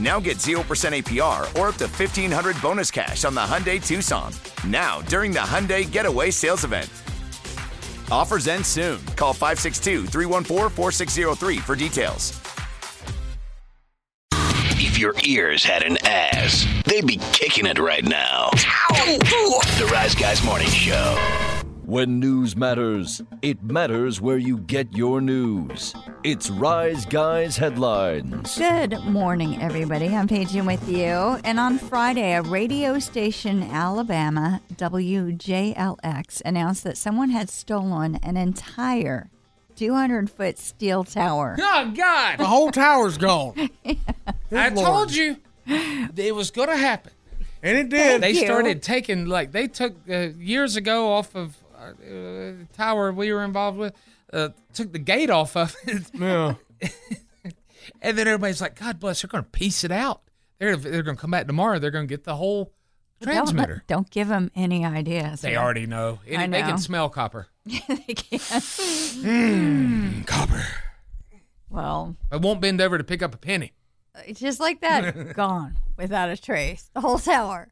Now get 0% APR or up to 1500 bonus cash on the Hyundai Tucson. Now, during the Hyundai Getaway Sales Event. Offers end soon. Call 562 314 4603 for details. If your ears had an ass, they'd be kicking it right now. The Rise Guys Morning Show. When news matters, it matters where you get your news. It's Rise Guys Headlines. Good morning, everybody. I'm Paige in with you. And on Friday, a radio station in Alabama, WJLX, announced that someone had stolen an entire 200 foot steel tower. Oh God! The whole tower's gone. I Good told Lord. you it was going to happen. And it did. They you. started taking like they took uh, years ago off of uh, uh, tower we were involved with. Uh, took the gate off of it, yeah. and then everybody's like, "God bless." They're going to piece it out. They're they're going to come back tomorrow. They're going to get the whole Don't, transmitter. don't give them any ideas. They already know. It, I They know. can smell copper. They can't. Copper. Hmm. Well, I won't bend over to pick up a penny. just like that, gone without a trace. The whole tower.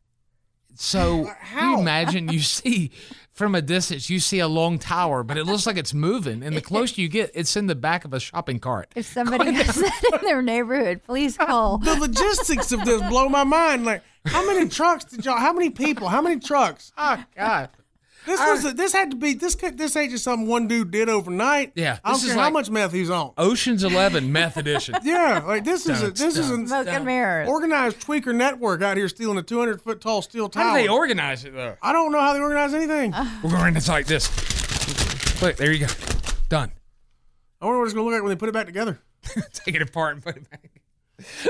So you imagine you see from a distance, you see a long tower, but it looks like it's moving. And the closer you get, it's in the back of a shopping cart. If somebody has that in their neighborhood, please call. The logistics of this blow my mind. Like, how many trucks did y'all? How many people? How many trucks? Ah, Oh God! This was. A, this had to be. This could. This ain't just something one dude did overnight. Yeah, I don't this is care how like- much meth he's on. Ocean's Eleven meth edition. Yeah. Like this is. A, this is an Smoke and mirrors. organized tweaker network out here stealing a 200 foot tall steel tower. How do they organize it though? I don't know how they organize anything. Uh. We're going it's like this. Look, there you go. Done. I wonder what it's gonna look like when they put it back together. Take it apart and put it back.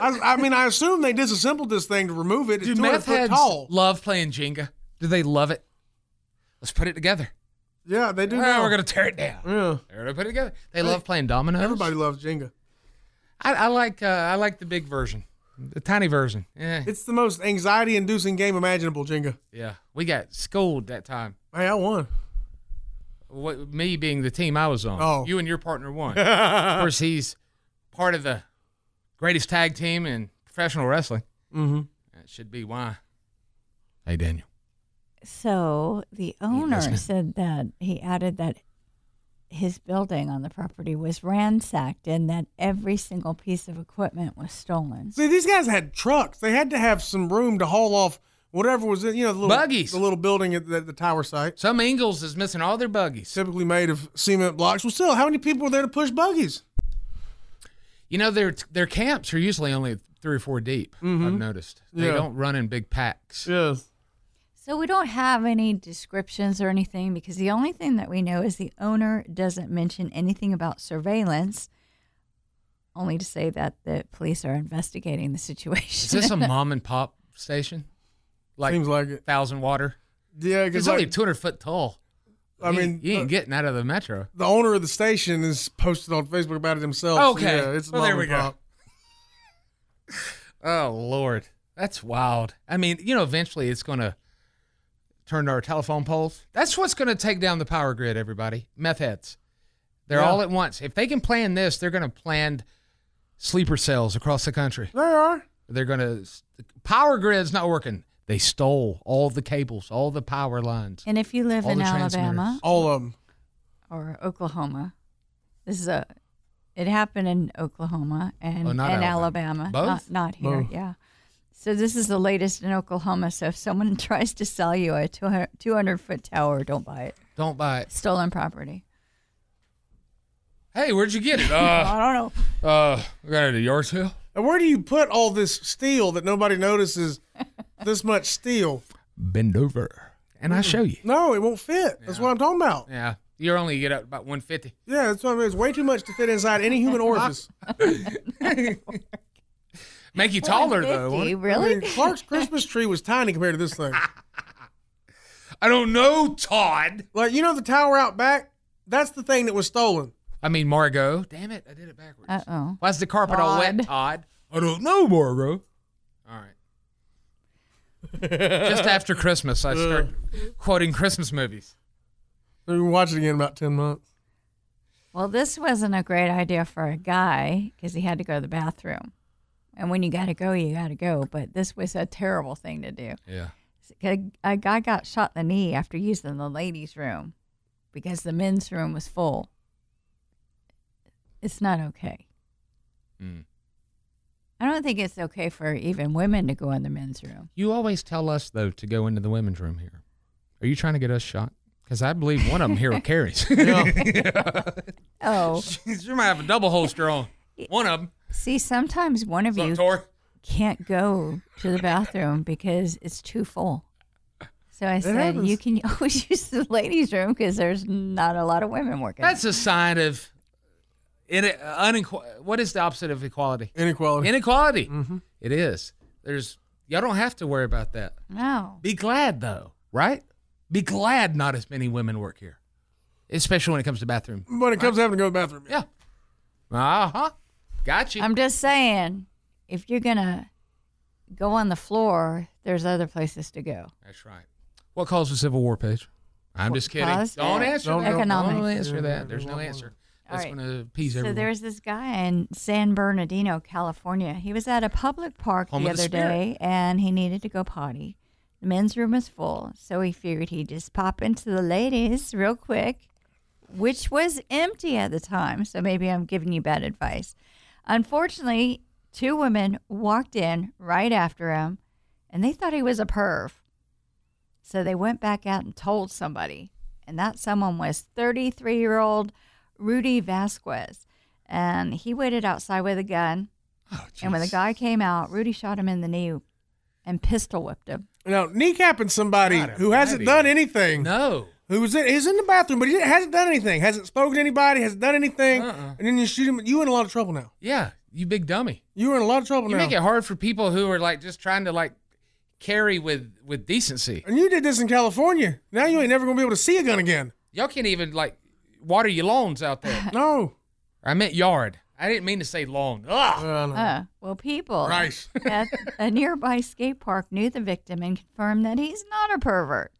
I, I mean, I assume they disassembled this thing to remove it. It's Do 200 meth foot heads tall. love playing Jenga? Do they love it? Let's put it together. yeah, they do. Oh, now. we're gonna tear it down. Yeah. We're gonna put it together. They love playing dominoes. Everybody loves Jenga. I, I like uh, I like the big version, the tiny version. Yeah, It's the most anxiety-inducing game imaginable, Jenga. yeah. We got schooled that time. Hey, I won. What, me being the team I was on. Oh. you and your partner won. of course, he's part of the greatest tag team in professional wrestling. Mm-hmm. That should be why. Hey, Daniel. So the owner said that he added that his building on the property was ransacked and that every single piece of equipment was stolen. See, these guys had trucks. They had to have some room to haul off whatever was in, you know, the little Buggies. the little building at the, the tower site, Some Ingles is missing all their buggies. typically made of cement blocks. Well, still, how many people were there to push buggies? You know their their camps are usually only three or four deep. I've noticed they Mm-hmm. Yeah. don't run in big packs. Yes. So we don't have any descriptions or anything because the only thing that we know is the owner doesn't mention anything about surveillance, only to say that the police are investigating the Is situation. this a mom and pop station? Like Seems like it. thousand water. Yeah, It's because only like, 200 foot tall. I You- mean, you ain't uh, getting out of the metro. the owner of the station is posted on Facebook about it himself. Okay. Yeah, it's Well, mom there we and go. pop. Oh Lord, that's wild. I mean, you know, eventually it's going to turn to our telephone poles. That's what's going to take down the power grid. Everybody, meth heads. They're Yeah. all at once. If they can plan this, they're going to plan sleeper cells across the country. There are. They're going to power grid's not working. They stole all the cables, all the power lines. And if you live All in the transmitters. Alabama All of them. or Oklahoma, this is a. It happened in Oklahoma and, Oh, not and Alabama. Alabama. Both? Not, not here, Both. yeah. So this is the latest in Oklahoma. So if someone tries to sell you a 200 foot tower, don't buy it. Don't buy it. Stolen property. Hey, where'd you get it? Uh, I don't know. uh, we got it at a yard sale. And where do you put all this steel that nobody notices? this much steel? Bend over, and I show you. No, it won't fit. That's what I'm talking about. Yeah, you're only get up about 150. Yeah, that's what I mean. It's way too much to fit inside any human orifice. Make you taller though. 50, won't it? I mean, really? Clark's Christmas tree was tiny compared to this thing. I don't know, Todd. Like you know the tower out back? That's the thing that was stolen. I mean, Margot. Damn it, I did it backwards. Uh oh. Why's the carpet all wet, Todd. Todd? I don't know, Margot. All right. Just after Christmas, I start quoting Christmas movies. We'll watch it again in about ten months. Well, this wasn't a great idea for a guy because he had to go to the bathroom. And when you got to go, you got to go. But this was a terrible thing to do. Yeah. A, a guy got shot in the knee after using the ladies' room because the men's room was full. It's not okay. Mm. I don't think it's okay for even women to go in the men's room. You always tell us though to go into the women's room here. Are you trying to get us shot? Because I believe one of them here carries. Oh, you might have a double holster on. One of them. see, sometimes one of you Tori? can't go to the bathroom because it's too full. So I said, happens. you can always use the ladies' room because there's not a lot of women working. That's a sign of in unequ- What is the opposite of equality? Inequality. Inequality. Mm-hmm. It is. There's. Y'all don't have to worry about that. no. Be glad though, right? Be glad not as many women work here, especially when it comes to bathroom. when it comes to having to go to the bathroom. Yeah. Uh huh. Got you. I'm just saying, if you're going to go on the floor, there's other places to go. That's right. What caused the Civil War, Paige? I'm just kidding. caused Don't it? answer Don't- that. Economics. Don't answer that. There's no answer. That's All right. going to appease So everyone. there's this guy in San Bernardino, California. He was at a public park Home the of the other spirit. day and he needed to go potty. The men's room was full, so he figured he'd just pop into the ladies real quick, which was empty at the time. So maybe I'm giving you bad advice. Unfortunately, two women walked in right after him and they thought he was a perv. So they went back out and told somebody, and that someone was 33 year old Rudy Vasquez. And he waited outside with a gun. and when the guy came out, Rudy shot him in the knee and pistol whipped him. Now kneecapping somebody God who hasn't almighty. done anything. no. Who was in, he's in the bathroom, but he hasn't done anything. Hasn't spoken to anybody. Hasn't done anything. Uh-uh. And then you shoot him. You in a lot of trouble now. Yeah, you big dummy. You are in a lot of trouble You now. make it hard for people who are like just trying to like carry with with decency. and you did this in California. Now you ain't never gonna be able to see a gun again. Y'all can't even like water your lawns out there. No. I meant yard. I didn't mean to say lawn. Ugh. Uh, no. Uh, well, people Christ. at a nearby skate park knew the victim and confirmed that he's not a pervert.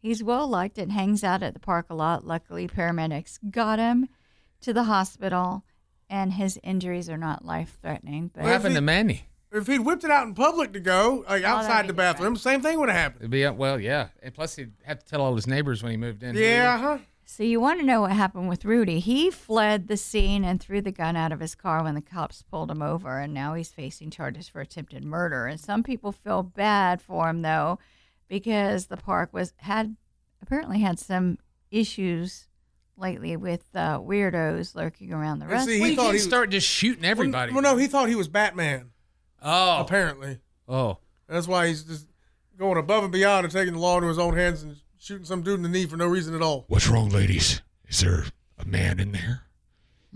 He's well liked and hangs out at the park a lot. Luckily, paramedics got him to the hospital, and his injuries are not life threatening. But What happened to Manny? If he'd whipped it out in public to go, like that'd outside be the different. bathroom, same thing would have happened. It'd be uh, well, yeah. And plus, he'd have to tell all his neighbors when he moved in. Yeah, uh-huh. huh? So you want to know what happened with Rudy? He fled the scene and threw the gun out of his car when the cops pulled him over, and now he's facing charges for attempted murder. And some people feel bad for him though, because the park was had apparently had some issues lately with uh, weirdos lurking around the And see, He restaurant. Well, you thought can't he was- start just shooting everybody. Well, no, he thought he was Batman. oh, Apparently, oh, that's why he's just going above and beyond and taking the law into his own hands and shooting some dude in the knee for no reason at all. What's wrong, ladies? Is there a man in there?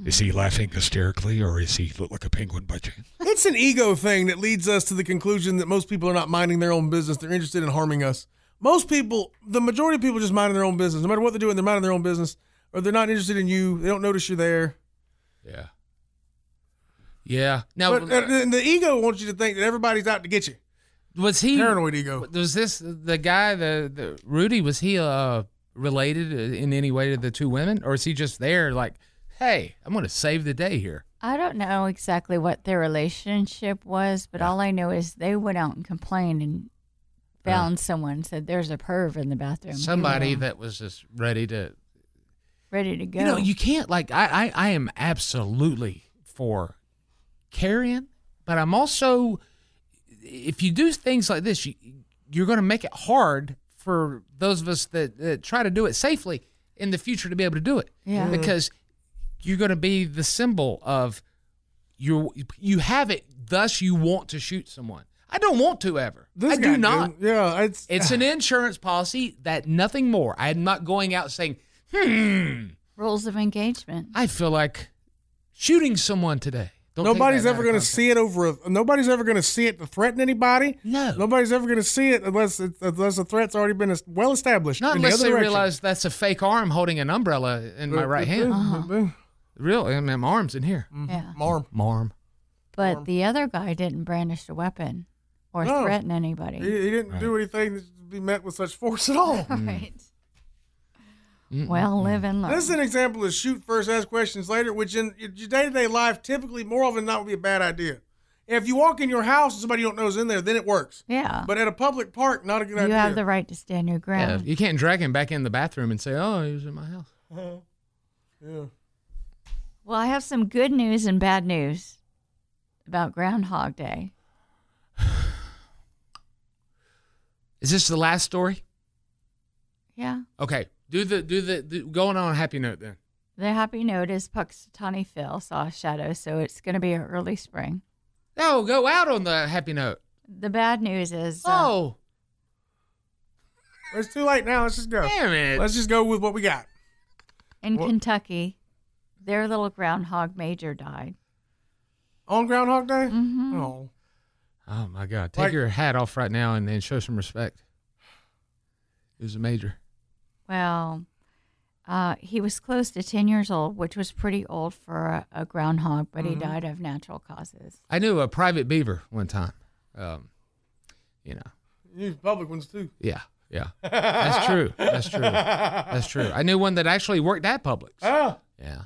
Is he laughing hysterically or is he look like a penguin by chance? It's an ego thing that leads us to the conclusion that most people are not minding their own business. They're interested in harming us. Most people, the majority of people, are just minding their own business. No matter what they're doing, they're minding their own business, or they're not interested in you. They don't notice you're there. yeah, yeah. Now, But uh, the, the ego wants you to think that everybody's out to get you. was he Paranoid ego. Was this the guy? The, the Rudy was he uh related in any way to the two women, or is he just there like, hey, I'm gonna save the day here? I don't know exactly what their relationship was, but all I know is they went out and complained and Uh. found someone and said there's a perv in the bathroom. Somebody You know, that was just ready to ready to go. You know, you can't like I, I I am absolutely for carrying, but I'm also if you do things like this, you, you're going to make it hard for those of us that, that try to do it safely in the future to be able to do it. Yeah. Mhm. Mm-hmm. Because you're going to be the symbol of you you have it thus you want to shoot someone. I don't want to ever. I guy do do. not. Yeah, it's it's an insurance policy that nothing more. I'm not going out saying, "Hmm, rules of engagement. I feel like shooting someone today. Don't take nobody's that ever out of going to see it over. A, nobody's ever going to see it to threaten anybody. No. Nobody's ever going to see it unless it, unless the threat's already been es- well established. in Not unless the they other direction. realize that's a fake arm holding an umbrella in my right hand. Uh-huh. Real, I mean, my arm's in here. Mm-hmm. Yeah. Marm. Marm. But the other guy didn't brandish a weapon or No. threaten He, anybody. Oh. he didn't do anything to be met with such force at all. Mm. Right. Well, live and learn. This is an example of shoot first, ask questions later, which in your day to day life, typically more often than not, would be a bad idea. If you walk in your house and somebody you don't know is in there, then it works. Yeah. But at a public park, not a good you idea. have the right to stand your Yeah, ground. you can't drag him back in the bathroom and say, "Oh, he was in my house." Mm-hmm. Yeah. Well, I have some good news and bad news about Groundhog Day. Is this the last story? Yeah. Okay, do the do the do, going on a happy note then. The happy note is Puxatawny Phil saw a shadow, so it's going to be an early spring. No, go out on the happy note. The bad news is. uh, Oh, It's too late now. Let's just go. damn it! Let's just go with what we got. in What? Kentucky, their little groundhog major died. On Groundhog Day? Mm. hmm Oh. oh my God, take Like- your hat off right now and, and show some respect. It was a major. Well, uh, he was close to 10 years old, which was pretty old for a, a groundhog, but Mm-hmm. he died of natural causes. I knew a private beaver one time. Um, you know, You public ones too. yeah, yeah. That's true. That's true. That's true. I knew one that actually worked at Publix. Oh, Yeah.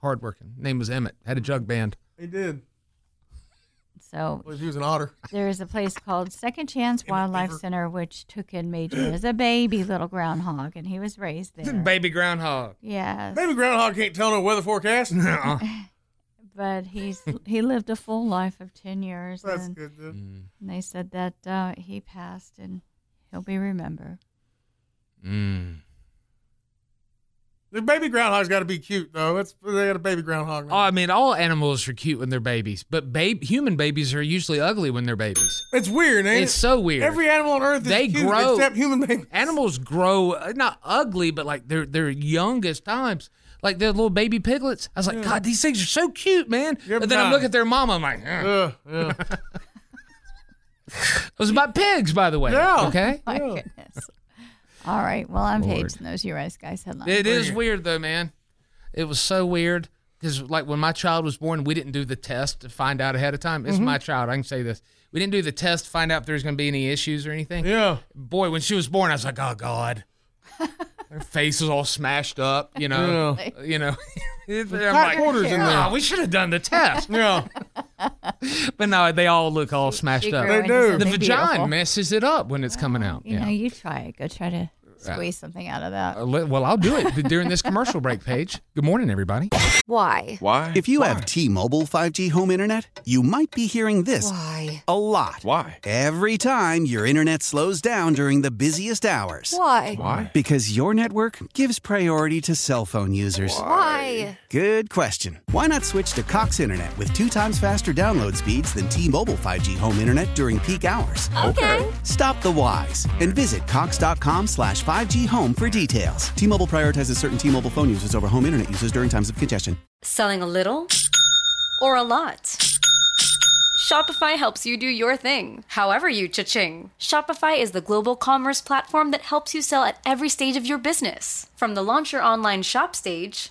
Hardworking. Name was Emmett. Had a jug band. he did. So Well, he was an otter. there is a place called Second Chance Wildlife Center, which took in Major as a baby little groundhog, and he was raised there. Baby groundhog. Yes, Maybe Groundhog can't tell no weather forecast. but he's he lived a full life of 10 years, That's and good. Dude. Mm. they said that uh, he passed and he'll be remembered. Mm. The baby groundhog's got to be cute though. That's they got a baby groundhog. Oh, I mean, all animals are cute when they're babies, but babe, human babies are usually ugly when they're babies. it's weird, ain't It's it? so weird. Every animal on earth is They cute grow- except human babies. Animals grow uh, not ugly, but like their their youngest times. Like their little baby piglets. I was like, God, these things are so cute, man. Good but then I look time. at their mama, I'm like, "Ugh." Ugh, yeah. it was about pigs, by the way. Yeah. Okay. My goodness. All right. Well, I'm Paige, and those are your Ice Guys headlines. It is weird though, man. It was so weird because like when my child was born, we didn't do the test to find out ahead of time. Mm-hmm. It's my child. I can say this. We didn't do the test to find out if there's going to be any issues or anything. yeah. Boy, when she was born, I was like, oh god. Her face was all smashed up, you know. You know, I'm like, quarters in there. "Nah, we should have done the test. Yeah. but no, they all look all smashed grew up. do. into The something beautiful. Oh, vagina messes it up when it's coming out. You yeah. know, you try it. Go try to squeeze something out of that. Uh, le- Well, I'll do it during this commercial break, Paige. Good morning, everybody. Why? Why? If you have T-Mobile 5G home internet, you might be hearing this Why? a lot. Why? Every time your internet slows down during the busiest hours. Why? Why? Because your network gives priority to cell phone users. Why? Good question. Why not switch to Cox Internet with two times faster download speeds than T-Mobile 5G home internet during peak hours? Okay. Stop the whys and visit cox.com slash 5G home for details. T-Mobile prioritizes certain T-Mobile phone users over home internet users during times of congestion. Selling a little or a lot? Shopify helps you do your thing, however you cha-ching. Shopify is the global commerce platform that helps you sell at every stage of your business. From the launch your online shop stage,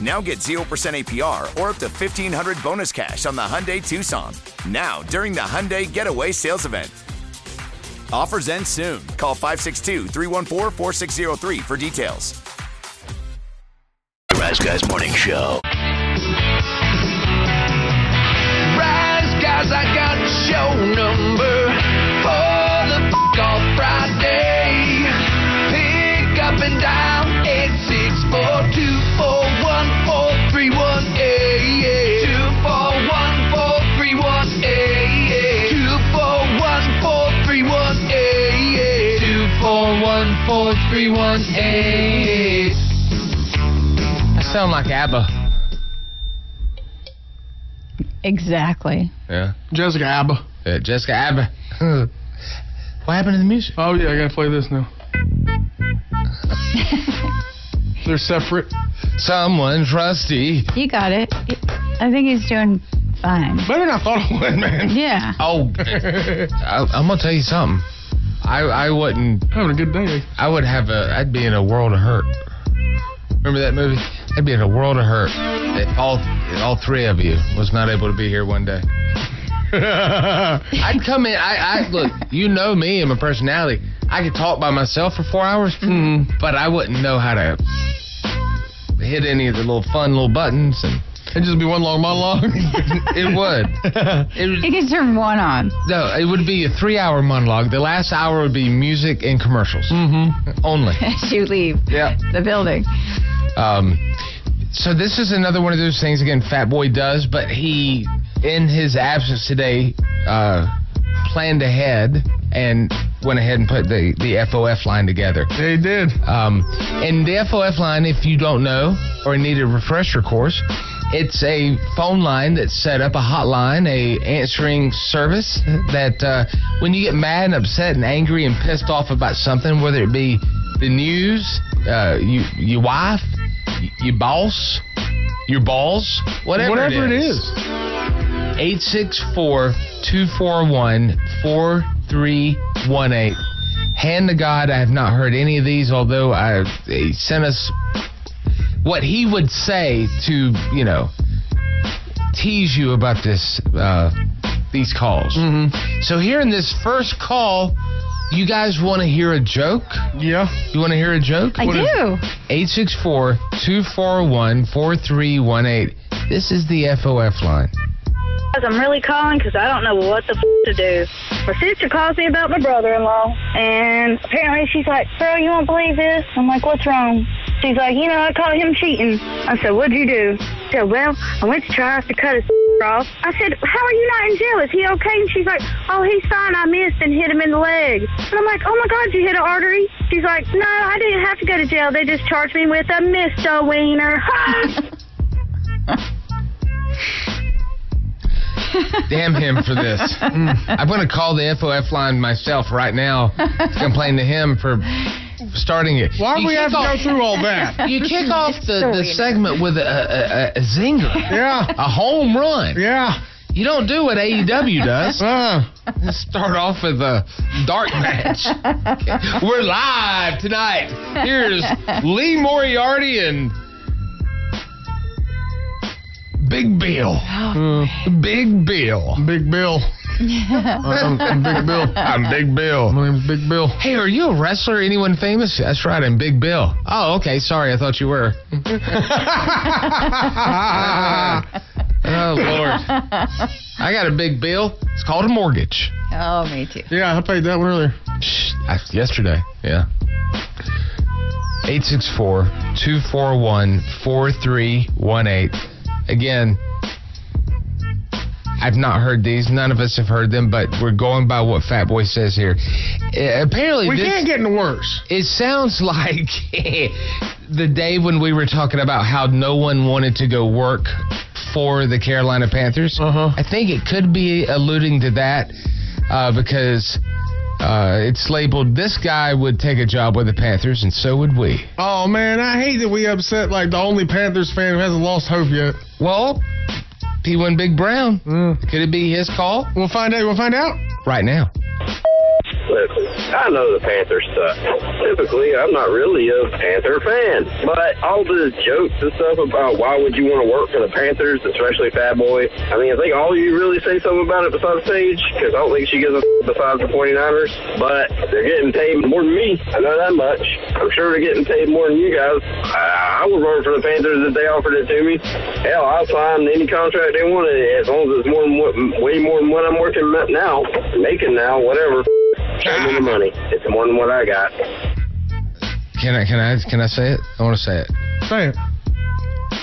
Now get 0% APR or up to 1500 bonus cash on the Hyundai Tucson. Now, during the Hyundai Getaway Sales Event. Offers end soon. Call 562 314 4603 for details. The Rise Guys Morning Show. Rise, guys, I got show number for the f- off Friday. Pick up and dial 864-241-4318. 241-4318. 241-4318. 241-4318. I sound like ABBA. Exactly. Yeah. Jessica ABBA. Uh, Yeah, Jessica ABBA. what happened to the music? Oh yeah, I gotta play this now. They're separate. Someone trusty. You got it. I think he's doing fine. Better than I thought I would, man. Yeah. Oh, I, I'm gonna tell you something. I I wouldn't having a good day. I would have a. I'd be in a world of hurt. Remember that movie? I'd be in a world of hurt. If all if all three of you was not able to be here one day. I'd come in. I, I look. You know me and my personality. I could talk by myself for four hours, Mm-hmm. but I wouldn't know how to hit any of the little fun little buttons, and it'd just be one long monologue. it would. It would He can turn one on. no, it would be a three-hour monologue. The last hour would be music and commercials mm-hmm. only. As you leave yeah. the building. Um, so this is another one of those things again. Fat Boy does, but he, in his absence today, uh, planned ahead and went ahead and put the the FOF line together. They did. Um, and the FOF line, if you don't know or need a refresher course, it's a phone line that's set up, a hotline, a answering service that uh, when you get mad and upset and angry and pissed off about something, whether it be the news, uh, you, your wife, y- your boss, your balls, whatever, Whatever it is. 864 241 4318. Hand to God, I have not heard any of these, although I, he sent us what he would say to, you know, tease you about this, uh, these calls. Mm-hmm. So here in this first call, you guys want to hear a joke? Yeah. You want to hear a joke? I do. 864 241 4318. This is the FOF line. Guys, I'm really calling because I don't know what the f- to do. My sister calls me about my brother-in-law, and apparently she's like, "Girl, you won't believe this." I'm like, "What's wrong?" She's like, "You know, I caught him cheating." I said, "What'd you do?" said, Well, I went to Charles to cut his off. I said, How are you not in jail? Is he okay? And she's like, Oh, he's fine. I missed and hit him in the leg. And I'm like, Oh my God, you hit an artery? She's like, No, I didn't have to go to jail. They just charged me with a misdemeanor. Damn him for this. Mm. I'm going to call the FOF line myself right now to complain to him for starting it. Why You we kick have to off- go through all that? You kick off the, the Sorry. segment with a, a, a- a zinger. Yeah. A home run. Yeah. You don't do what AEW does. Uh. Start off with a dark match. We're live tonight. Here's Lee Moriarty and Big Bill. Oh, Big Bill. Big Bill. Uh, I'm- I'm Big Bill. I'm Big Bill. My name's Big Bill. Hey, are you a wrestler? Anyone famous? That's right, I'm Big Bill. Oh, okay. Sorry, I thought you were. Oh, Lord. I got a big bill. It's called a mortgage. Oh, me too. Yeah, I paid that one earlier. yesterday, yeah. 864 241 4318. Again, I've not heard these. None of us have heard them, but we're going by what Fat Boy says here. Uh, apparently, We can't get any worse. It sounds like the day when we were talking about how no one wanted to go work for the Carolina Panthers. Uh-huh. I think it could be alluding to that uh, because uh, it's labeled this guy would take a job with the Panthers, and so would we. Oh man, I hate that we upset like the only Panthers fan who hasn't lost hope yet. Well, he won Big Brown. Could it be his call? Mm. We'll find out. We'll find out. Right now. Listen, I know the Panthers suck. Typically, I'm not really a Panther fan, but all the jokes and stuff about why would you want to work for the Panthers, especially Fat Boy. I mean, I think all you really say something about it besides Paige, because I don't think she gives a besides the 49ers. But they're getting paid more than me. I know that much. I'm sure they're getting paid more than you guys. I, I would work for the Panthers if they offered it to me. Hell, I'll sign any contract they want as long as it's more than what, way more than what I'm working now, making now, whatever. Show me the money. It's more than what I got. Can I can I can I say it? I want to say it. Say it.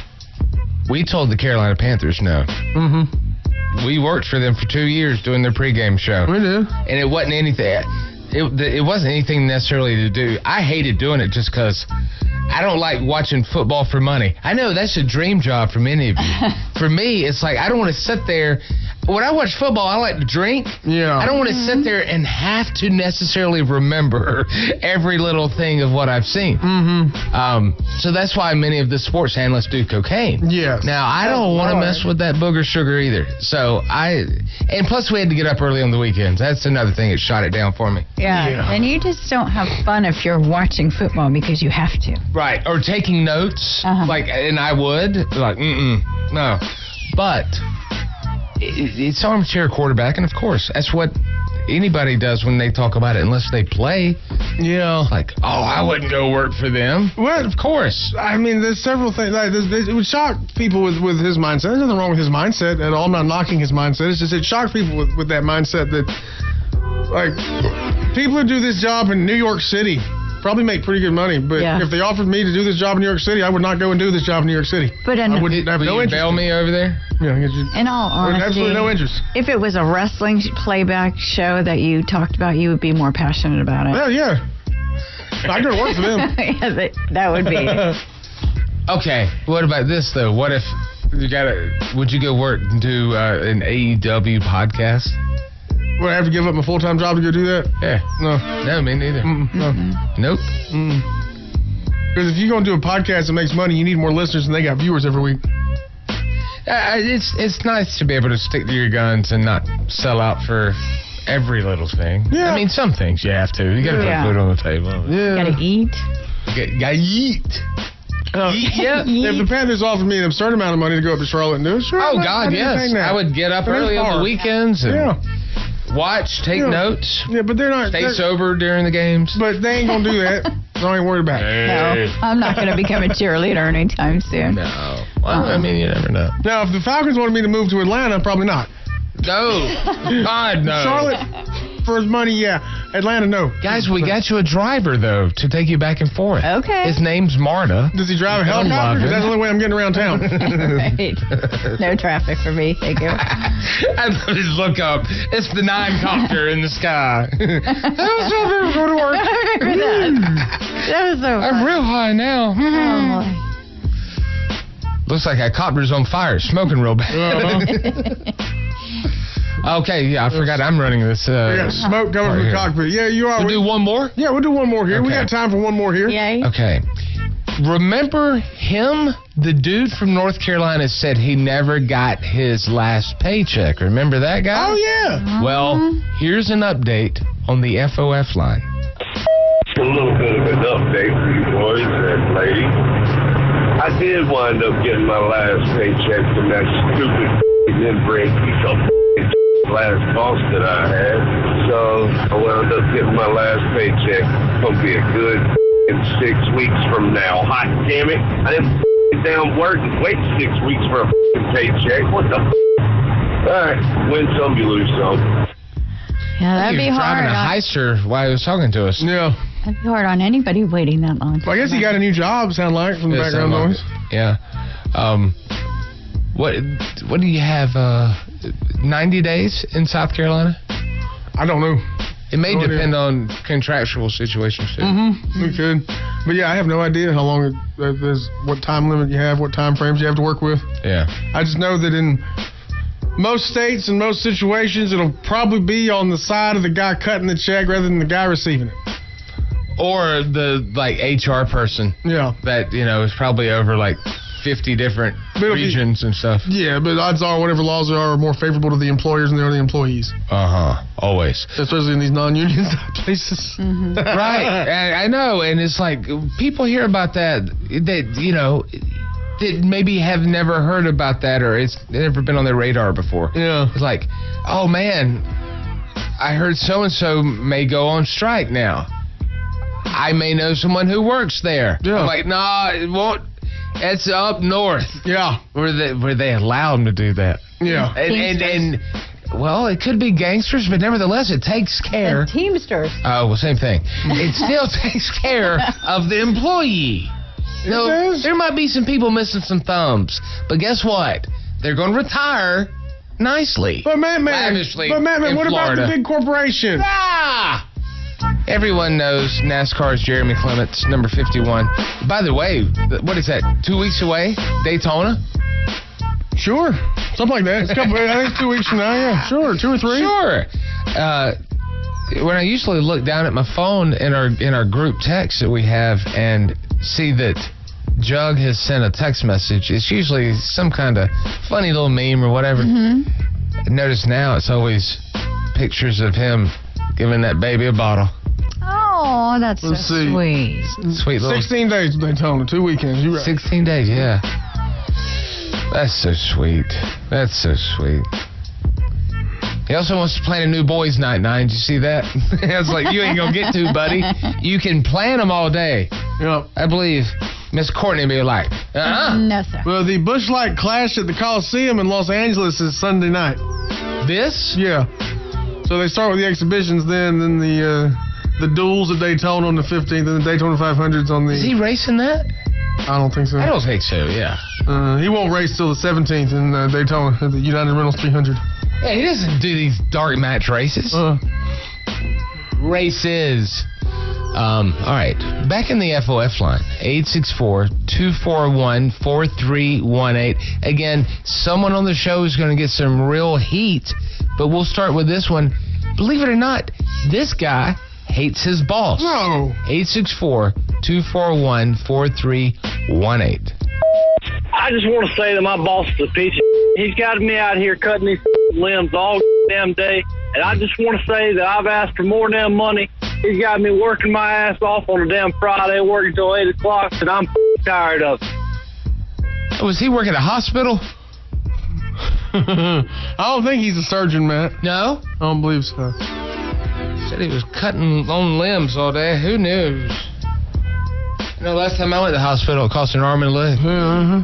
We told the Carolina Panthers no. Mm-hmm. We worked for them for two years doing their pregame show. We do. And it wasn't anything. It, the- it wasn't anything necessarily to do. I hated doing it just because I don't like watching football for money. I know that's a dream job for many of you. for me, it's like I don't want to sit there. When I watch football, I like to drink. Yeah. I don't want to sit there and have to necessarily remember every little thing of what I've seen. Mm-hmm. Um, so that's why many of the sports analysts do cocaine. Yeah. Now I don't want to mess with that booger sugar either. So I, and plus we had to get up early on the weekends. That's another thing that shot it down for me. Yeah. And you just don't have fun if you're watching football because you have to. Right, or taking notes, Uh-huh. like, and I would, like, mm-mm, no. But it, it's armchair quarterback, and of course, that's what anybody does when they talk about it, unless they play. Yeah. Like, oh, I wouldn't go work for them. Well, of course. I mean, there's several things. Like, this, this- it would shock people with, with his mindset. There's nothing wrong with his mindset at all. I'm not knocking his mindset. It's just it shocked people with, with that mindset that, like, people who do this job in New York City probably make pretty good money. But if they offered me to do this job in New York City, I would not go and do this job in New York City. But in- I wouldn't have Will no you interest. bail in me over there? Yeah. I guess you- In all I would honesty, have absolutely no interest. If it was a wrestling sh- playback show that you talked about, you would be more passionate about it. Hell yeah. I could work for them. yeah, that, that would be. Okay, what about this though? What if you gotta? Would you go work and do uh, an AEW podcast? Would I have to give up my full time job to go do that? Yeah. No. No, me neither. No. Nope. Because if you're gonna do a podcast that makes money, you need more listeners, and they got viewers every week. Uh, it's it's nice to be able to stick to your guns and not sell out for every little thing. Yeah. I mean, some things you have to. You got to Yeah. put food on the table. Yeah. Gotta eat. gotta eat. Uh, yeah. If the Panthers offered me an absurd amount of money to go up to Charlotte and do it, sure. Oh I'd- I'd God, yes. entertain that. I would get up It is early on hard. the weekends and Yeah. watch, take Yeah. notes. Yeah, but they're not. Stay they're- sober during the games. But they ain't gonna do that. so I ain't worried about it. No, I'm not going to become a cheerleader anytime soon. No. Well, I mean, you never know. Now, if the Falcons wanted me to move to Atlanta, probably not. No. God, no. Charlotte, for his money, yeah. Atlanta, no. Guys, we got you a driver though to take you back and forth. Okay. His name's Marta. Does he drive a He'll helicopter? love it. That's the only way I'm getting around town. Right. No traffic for me. Thank you. I love his look up. It's the nine copter in the sky. That was so I'm real high now. Oh, Looks like a copter's on fire, smoking real bad. okay, yeah, I forgot I'm running this. Uh, We got smoke coming part from the cockpit. here. Yeah, you are. We'll do one more? Yeah, we'll do one more here. We Okay. got time for one more here. Yay. Okay. Remember him? The dude from North Carolina said he never got his last paycheck. Remember that guy? Oh, yeah. Well, here's an update on the FOF line. A little bit of an update for you boys and lady. I did wind up getting my last paycheck from that stupid inbred piece of last boss that I had. So I wound up getting my last paycheck. It's gonna be a good in six weeks from now. Hot damn it. I didn't down work and wait six weeks for a paycheck. What the Alright, win some, you lose some. Yeah, that'd he be was hard. driving a On, heister while he was talking to us. Yeah. that'd be hard on anybody waiting that long. Well, I guess he got a new job, sound like, from the Yeah, background sound like noise. it. Yeah. Um, what What do you have? Uh, Ninety days in South Carolina? I don't know. It may No idea. depend on contractual situations too. Mm-hmm. We could. But yeah, I have no idea how long, it, uh, there's, what time limit you have, what time frames you have to work with. Yeah. I just know that in most states and most situations, it'll probably be on the side of the guy cutting the check rather than the guy receiving it. Or the like HR person. Yeah. That you know is probably over like fifty different It'll be- regions and stuff. Yeah, but odds are whatever laws there are are more favorable to the employers than they are to the employees, Uh huh. Always. especially in these non-union places. Mm-hmm. right. I, I know, and it's like people hear about that that you know that maybe have never heard about that or it's never been on their radar before. Yeah. It's like, oh man, I heard so and so may go on strike now. I may know someone who works there. I'm like, nah, it won't. It's up north. Yeah. Where they where they allow them to do that. Yeah. And and, and well, it could be gangsters, but nevertheless, it takes care. Teamsters. Oh, well, same thing. It still takes care of the employee. No, there might be some people missing some thumbs, but guess what? They're going to retire nicely. But man, man, lavishly but man, man, in what Florida. about the big corporations? Ah! Everyone knows NASCAR's Jeremy Clements, number 51. By the way, th- what is that? Two weeks away, Daytona. Sure, something like that. It's a couple, I think it's two weeks from now. Yeah, sure, two or three. Sure. Uh, when I usually look down at my phone in our in our group text that we have and see that Jug has sent a text message, it's usually some kind of funny little meme or whatever. Notice now it's always pictures of him giving that baby a bottle. Oh, that's Let's so see. sweet. Sweet little Sixteen days to Daytona, two weekends. You right? 16 days, yeah. That's so sweet. That's so sweet. He also wants to plan a new boys' night. Nine, did you see that? I was like, you ain't gonna get to, buddy. You can plan them all day. Yep. I believe Miss Courtney be like, uh-uh. No, sir. Well, the Bushlight Clash at the Coliseum in Los Angeles is Sunday night. This? Yeah. So they start with the exhibitions, then then the uh, the duels at Daytona on the 15th, and the Daytona 500s on the. Is he racing that? I don't think so. I don't think so. Yeah. Uh, he won't race till the 17th in uh, Daytona at the United Rentals 300. Yeah, he doesn't do these dark match races. Uh, races. Um, all right. Back in the FOF line, 864-241-4318. Again, someone on the show is going to get some real heat, but we'll start with this one. Believe it or not, this guy hates his boss. No. 864-241-4318. I just want to say that my boss is a piece of He's got me out here cutting these limbs all damn day. And I just want to say that I've asked for more damn money. He's got me working my ass off on a damn Friday, working till 8 o'clock, and I'm tired of it. Was he working at a hospital? I don't think he's a surgeon, Matt. No? I don't believe so. Said he was cutting on limbs all day. Who knew? You know, last time I went to the hospital, it cost an arm and a leg. Yeah, uh-huh.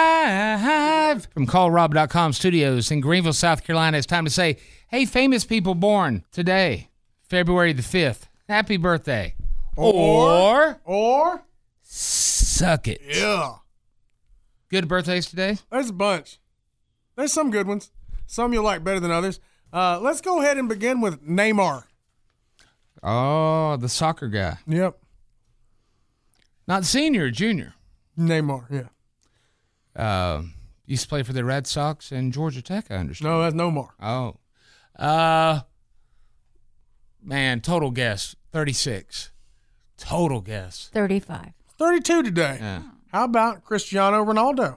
Live from callrob.com studios in Greenville, South Carolina. It's time to say, hey, famous people born today, February the 5th, happy birthday. Or, or suck it. Yeah. Good birthdays today? There's a bunch. There's some good ones. Some you'll like better than others. Uh, let's go ahead and begin with Neymar. Oh, the soccer guy. Yep. Not senior, junior. Neymar, yeah. Uh, used to play for the Red Sox and Georgia Tech, I understand. No, that's Nomar. Oh. Uh, man, total guess 36. Total guess. 35. 32 today. How about Cristiano Ronaldo?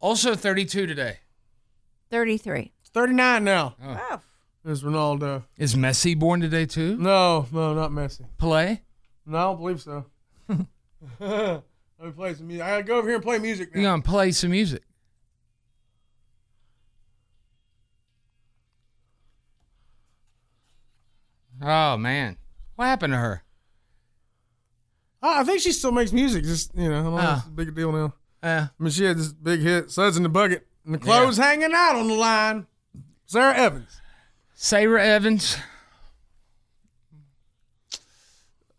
Also 32 today. 33. It's 39 now. Oh. Is Ronaldo. Is Messi born today too? No, no, not Messi. Play? No, I don't believe so. Let me play some music. I gotta go over here and play music now. You're going to play some music. Oh, man. What happened to her? I I think she still makes music. Just you know, I don't know, it's a big deal now. Ah. Yeah. I mean, she had this big hit, "Suds in the Bucket," and the clothes hanging out on the line. Sarah Evans. Sarah Evans.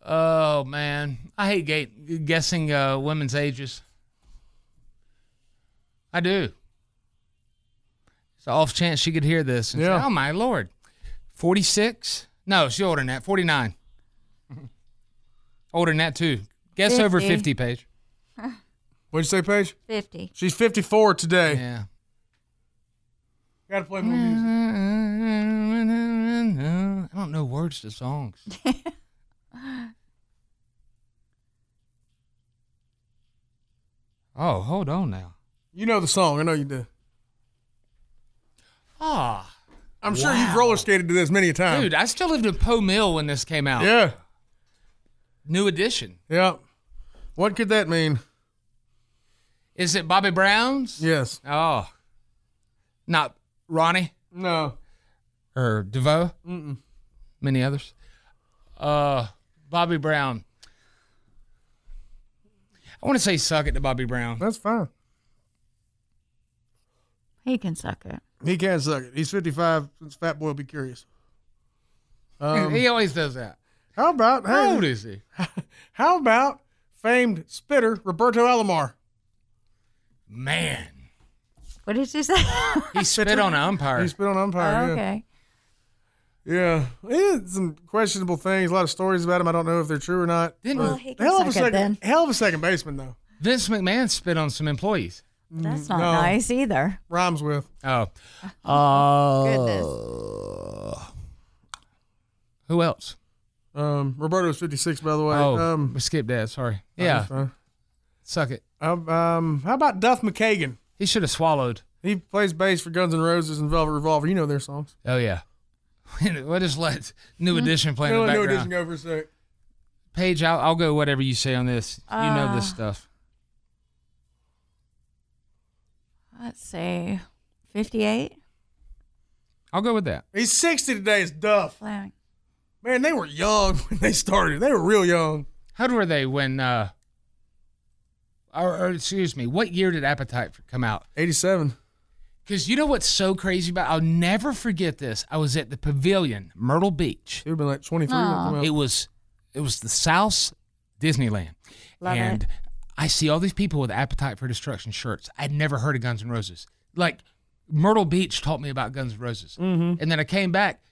Oh, man. I hate ga- guessing uh, women's ages. I do. It's an off chance she could hear this and Yeah. say, oh, my Lord. 46? No, she's older than that. 49. older than that, too. Guess over 50. 50, Paige. What'd you say, Paige? 50. She's 54 today. Yeah. Gotta play more music. I don't know words to songs. oh, hold on now. You know the song. I know you do. Ah. I'm sure you've roller skated to this many a time. Dude, I still lived in Poe Mill when this came out. Yeah. New edition. Yeah. What could that mean? Is it Bobby Brown's? Yes. Oh. Not Ronnie? No. Or DeVoe? Mm-mm. Many others? Uh, Bobby Brown. I want to say suck it to Bobby Brown. That's fine. He can suck it. He can suck it. He's 55. Since Fat Boy will be curious. he always does that. Um, How about How hey, old is he? How about famed spitter Roberto Alomar? Man. What did you say? Oh, He spit on an umpire. He spit on an umpire. Oh, yeah. okay. Yeah. He did some questionable things. A lot of stories about him. I don't know if they're true or not. Didn't- Well, But he can hell of a suck it second, hell of a second baseman though. Vince McMahon spit on some employees. That's not No. nice either. Rhymes with. Oh. Uh, Who else? Um, Roberto's 56, by the way. Oh, um, we skipped that. Sorry. no, Yeah. that's fine. Suck it. Um, um, how about Duff McKagan? He should have swallowed. He plays bass for Guns N' Roses and Velvet Revolver. You know their songs. Oh, yeah. what is let Hmm? New Edition playing in Let the New background? Edition go for a sec. Paige, I'll, I'll go whatever you say on this. You know this Uh, stuff. Let's see. 58? I'll go with that. He's 60 today. It's Duff. Flowing. Man, they were young when they started. They were real young. How old were they when, uh, or, or excuse me, what year did Appetite come out? 87. Because you know what's so crazy about? I'll never forget this. I was at the Pavilion, Myrtle Beach. It would have been like 23. when it Aw. came out. It was, it was the South Disneyland, Love and it. I see all these people with Appetite for Destruction shirts. I'd never heard of Guns N' Roses. Like Myrtle Beach taught me about Guns N' Roses, Mm-hmm. and then I came back.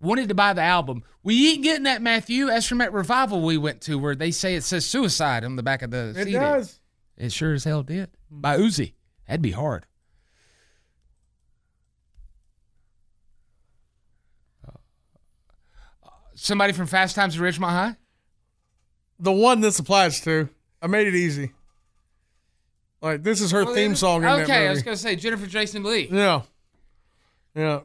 Wanted to buy the album. We ain't getting that Matthew Estromet revival we went to where they say it says suicide on the back of the It CD. does. Hmm. It sure as hell did. By Uzi. That'd be hard. Uh, Somebody from Fast Times at Ridgemont High? The one this applies to. I made it easy. Like this is her Well, theme it- song in that okay, movie. I was going to say Jennifer Jason Lee. Yeah. Yeah.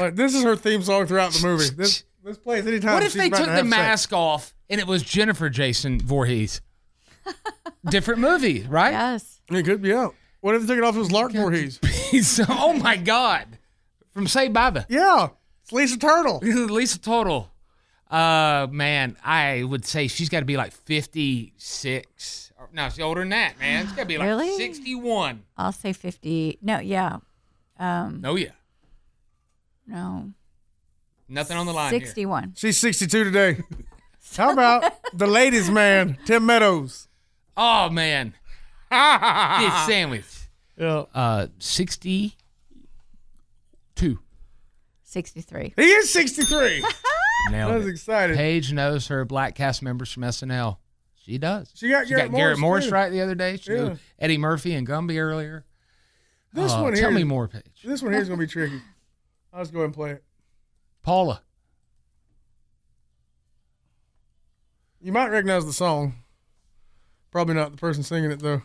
like, this is her theme song throughout the movie. This this plays anytime. What if she's they about took to the have sex. mask off and it was Jennifer Jason Voorhees? Different movie, right? Yes. It could be out. What if they took it off? It was Lark Voorhees. oh my God. From Saved by the. Yeah. It's Lisa Turtle. Lisa Turtle. Uh, man, I would say she's got to be like 56. Or- No, she's older than that, man. It's got to be like Really? 61. I'll say 50. No, yeah. Um, No, Oh, yeah. no. Nothing on the line. 61. She's 62 today. How about the ladies' man, Tim Meadows? Oh, man. This sandwich. Yeah. Uh, 62. 63. He is 63. Nailed I was it. excited. Paige knows her black cast members from SNL. She does. She got Garrett Morris, Morris too. right the other day. She Yeah. knew Eddie Murphy and Gumby earlier. This Uh, one here. Tell me more, Paige. This one here is going to be tricky. I'll just go ahead and play it. Paula. You might recognize the song. Probably not the person singing it, though.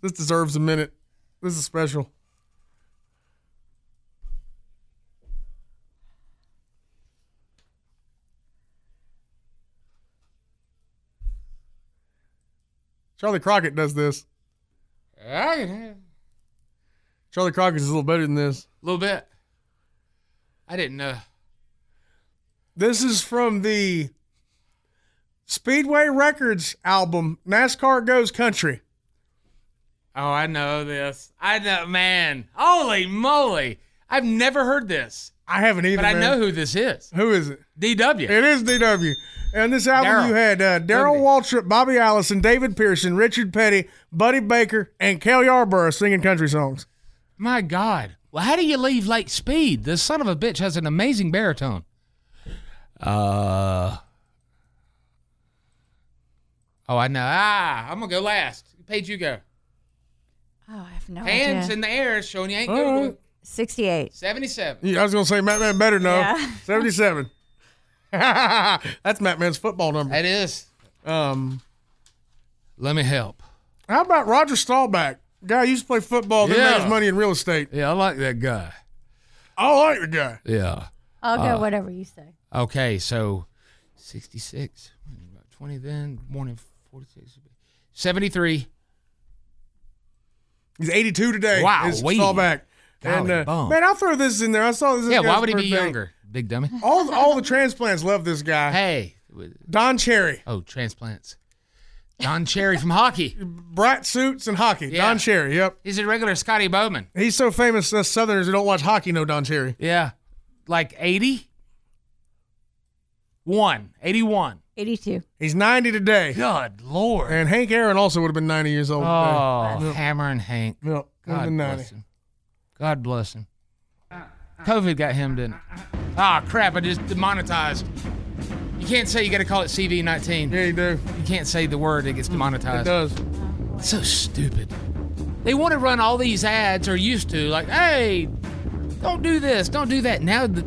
This deserves a minute. This is special. Charlie Crockett does this. A Charlie Crockett's a little better than this. little bit. I didn't know. This is from the Speedway Records album, NASCAR Goes Country. Oh, I know this. I know, man. Holy moly. I've never heard this. I haven't either. But I man. know who this is. Who is it? DW. It is DW. And this album Darryl. you had uh, Daryl Couldn't Waltrip, Bobby Allison, David Pearson, Richard Petty, Buddy Baker, and Cal Yarborough singing country songs. My God. Well, how do you leave late speed? The son of a bitch has an amazing baritone. Uh. Oh, I know. Ah, I'm going to go last. Paige, you go. Oh, I have no Hands idea. in the air showing you ain't All Googling. right. 68. 77. Yeah, I was going to say Matt Man better know. Yeah. 77. That's Matt Man's football number. It is. Um, Let me help. How about Roger Staubach? Guy used to play football, then made Yeah. his money in real estate. Yeah, I like that guy. I like the guy. Yeah. I'll go Uh, whatever you say. Okay, so 66, about 20 then, 1 in 46. 73. He's 82 today. Wow, Is wee. Staubach. Golly and, uh, bum. man, I'll throw this in there. I saw this. yeah, guy's why would he be birthday. younger? Big dummy. All, all the transplants love this guy. Hey. Don Cherry. Oh, transplants. Don Cherry from hockey. Bright suits and hockey. Don Cherry, yep. He's a regular Scotty Bowman. He's so famous, us Southerners who don't watch hockey know Don Cherry. Yeah. Like 80? One. 81. 82. He's 90 today. Good Lord. And Hank Aaron also would have been 90 years old. Oh, today. Hammer and Hank. Yep. Yep. Would have God been bless 90. him. God bless him. COVID got him, didn't it? Ah, crap. I just demonetized. You can't say you got to call it CV19. Yeah, you do. Hmm, You can't say the word, it gets It demonetized. does. So stupid. They want to run all these ads, or used to, like, hey, don't do this, don't do that. Now the,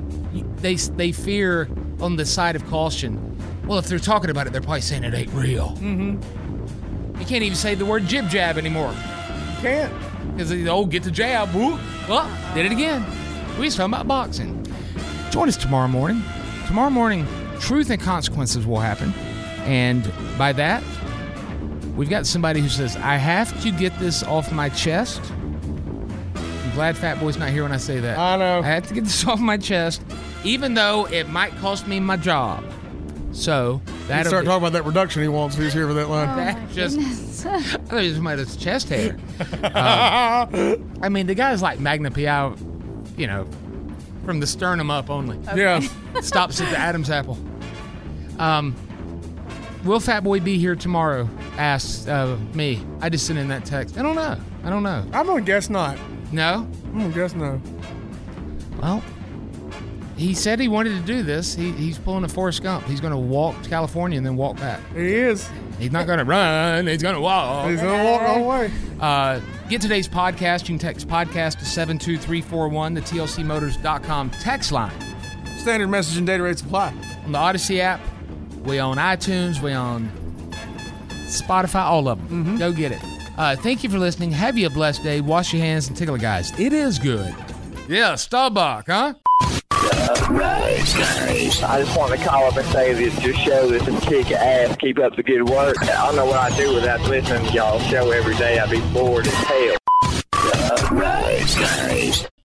they they fear on the side of caution. Well, if they're talking about it, they're probably saying it ain't real. Mm-hmm. You can't even say the word jib jab anymore. Can't. Because the old get the jab, whoop, well, did it again. We was talking about boxing. Join us tomorrow morning. Tomorrow morning, truth and consequences will happen. And by that, we've got somebody who says, I have to get this off my chest. I'm glad Fat Boy's not here when I say that. I know. I have to get this off my chest, even though it might cost me my job. So He'd That'll start be- talking about that reduction he wants if he was here for that line. That just, I thought he was made his chest hair. Um, I mean, the guy's like Magna P.I., you know, from the sternum up only. Okay. Yeah. Stops at the Adam's apple. Um, will Fat Boy be here tomorrow? Asks uh, me. I just sent in that text. I don't know. I don't know. I'm gonna guess not. No. I'm gonna Hmm, guess no. Well, he said he wanted to do this. He, he's pulling a Forrest Gump. He's going to walk to California and then walk back. He is. He's not going to run. He's going to walk. He's gonna walk all the way. Uh, get today's podcast. You can text podcast to 72341, the TLCmotors.com text line. Standard message and data rates apply. On the Odyssey app, we on iTunes, we on Spotify, all of them. Mm-hmm. Go get it. Uh, thank you for listening. Have you a blessed day. Wash your hands and tickle it, guys. It is good. Yeah, Starbuck, huh? I just want to call up and say that your show is some kick ass. Keep up the good work. I don't know what I'd do without listening to y'all show every day. I'd be bored as hell.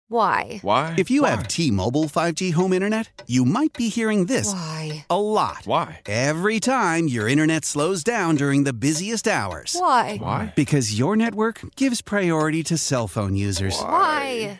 Why? Why? If you have T-Mobile 5G home internet, you might be hearing this Why? a lot. Why? Every time your internet slows down during the busiest hours. Why? Why? Because your network gives priority to cell phone users. Why?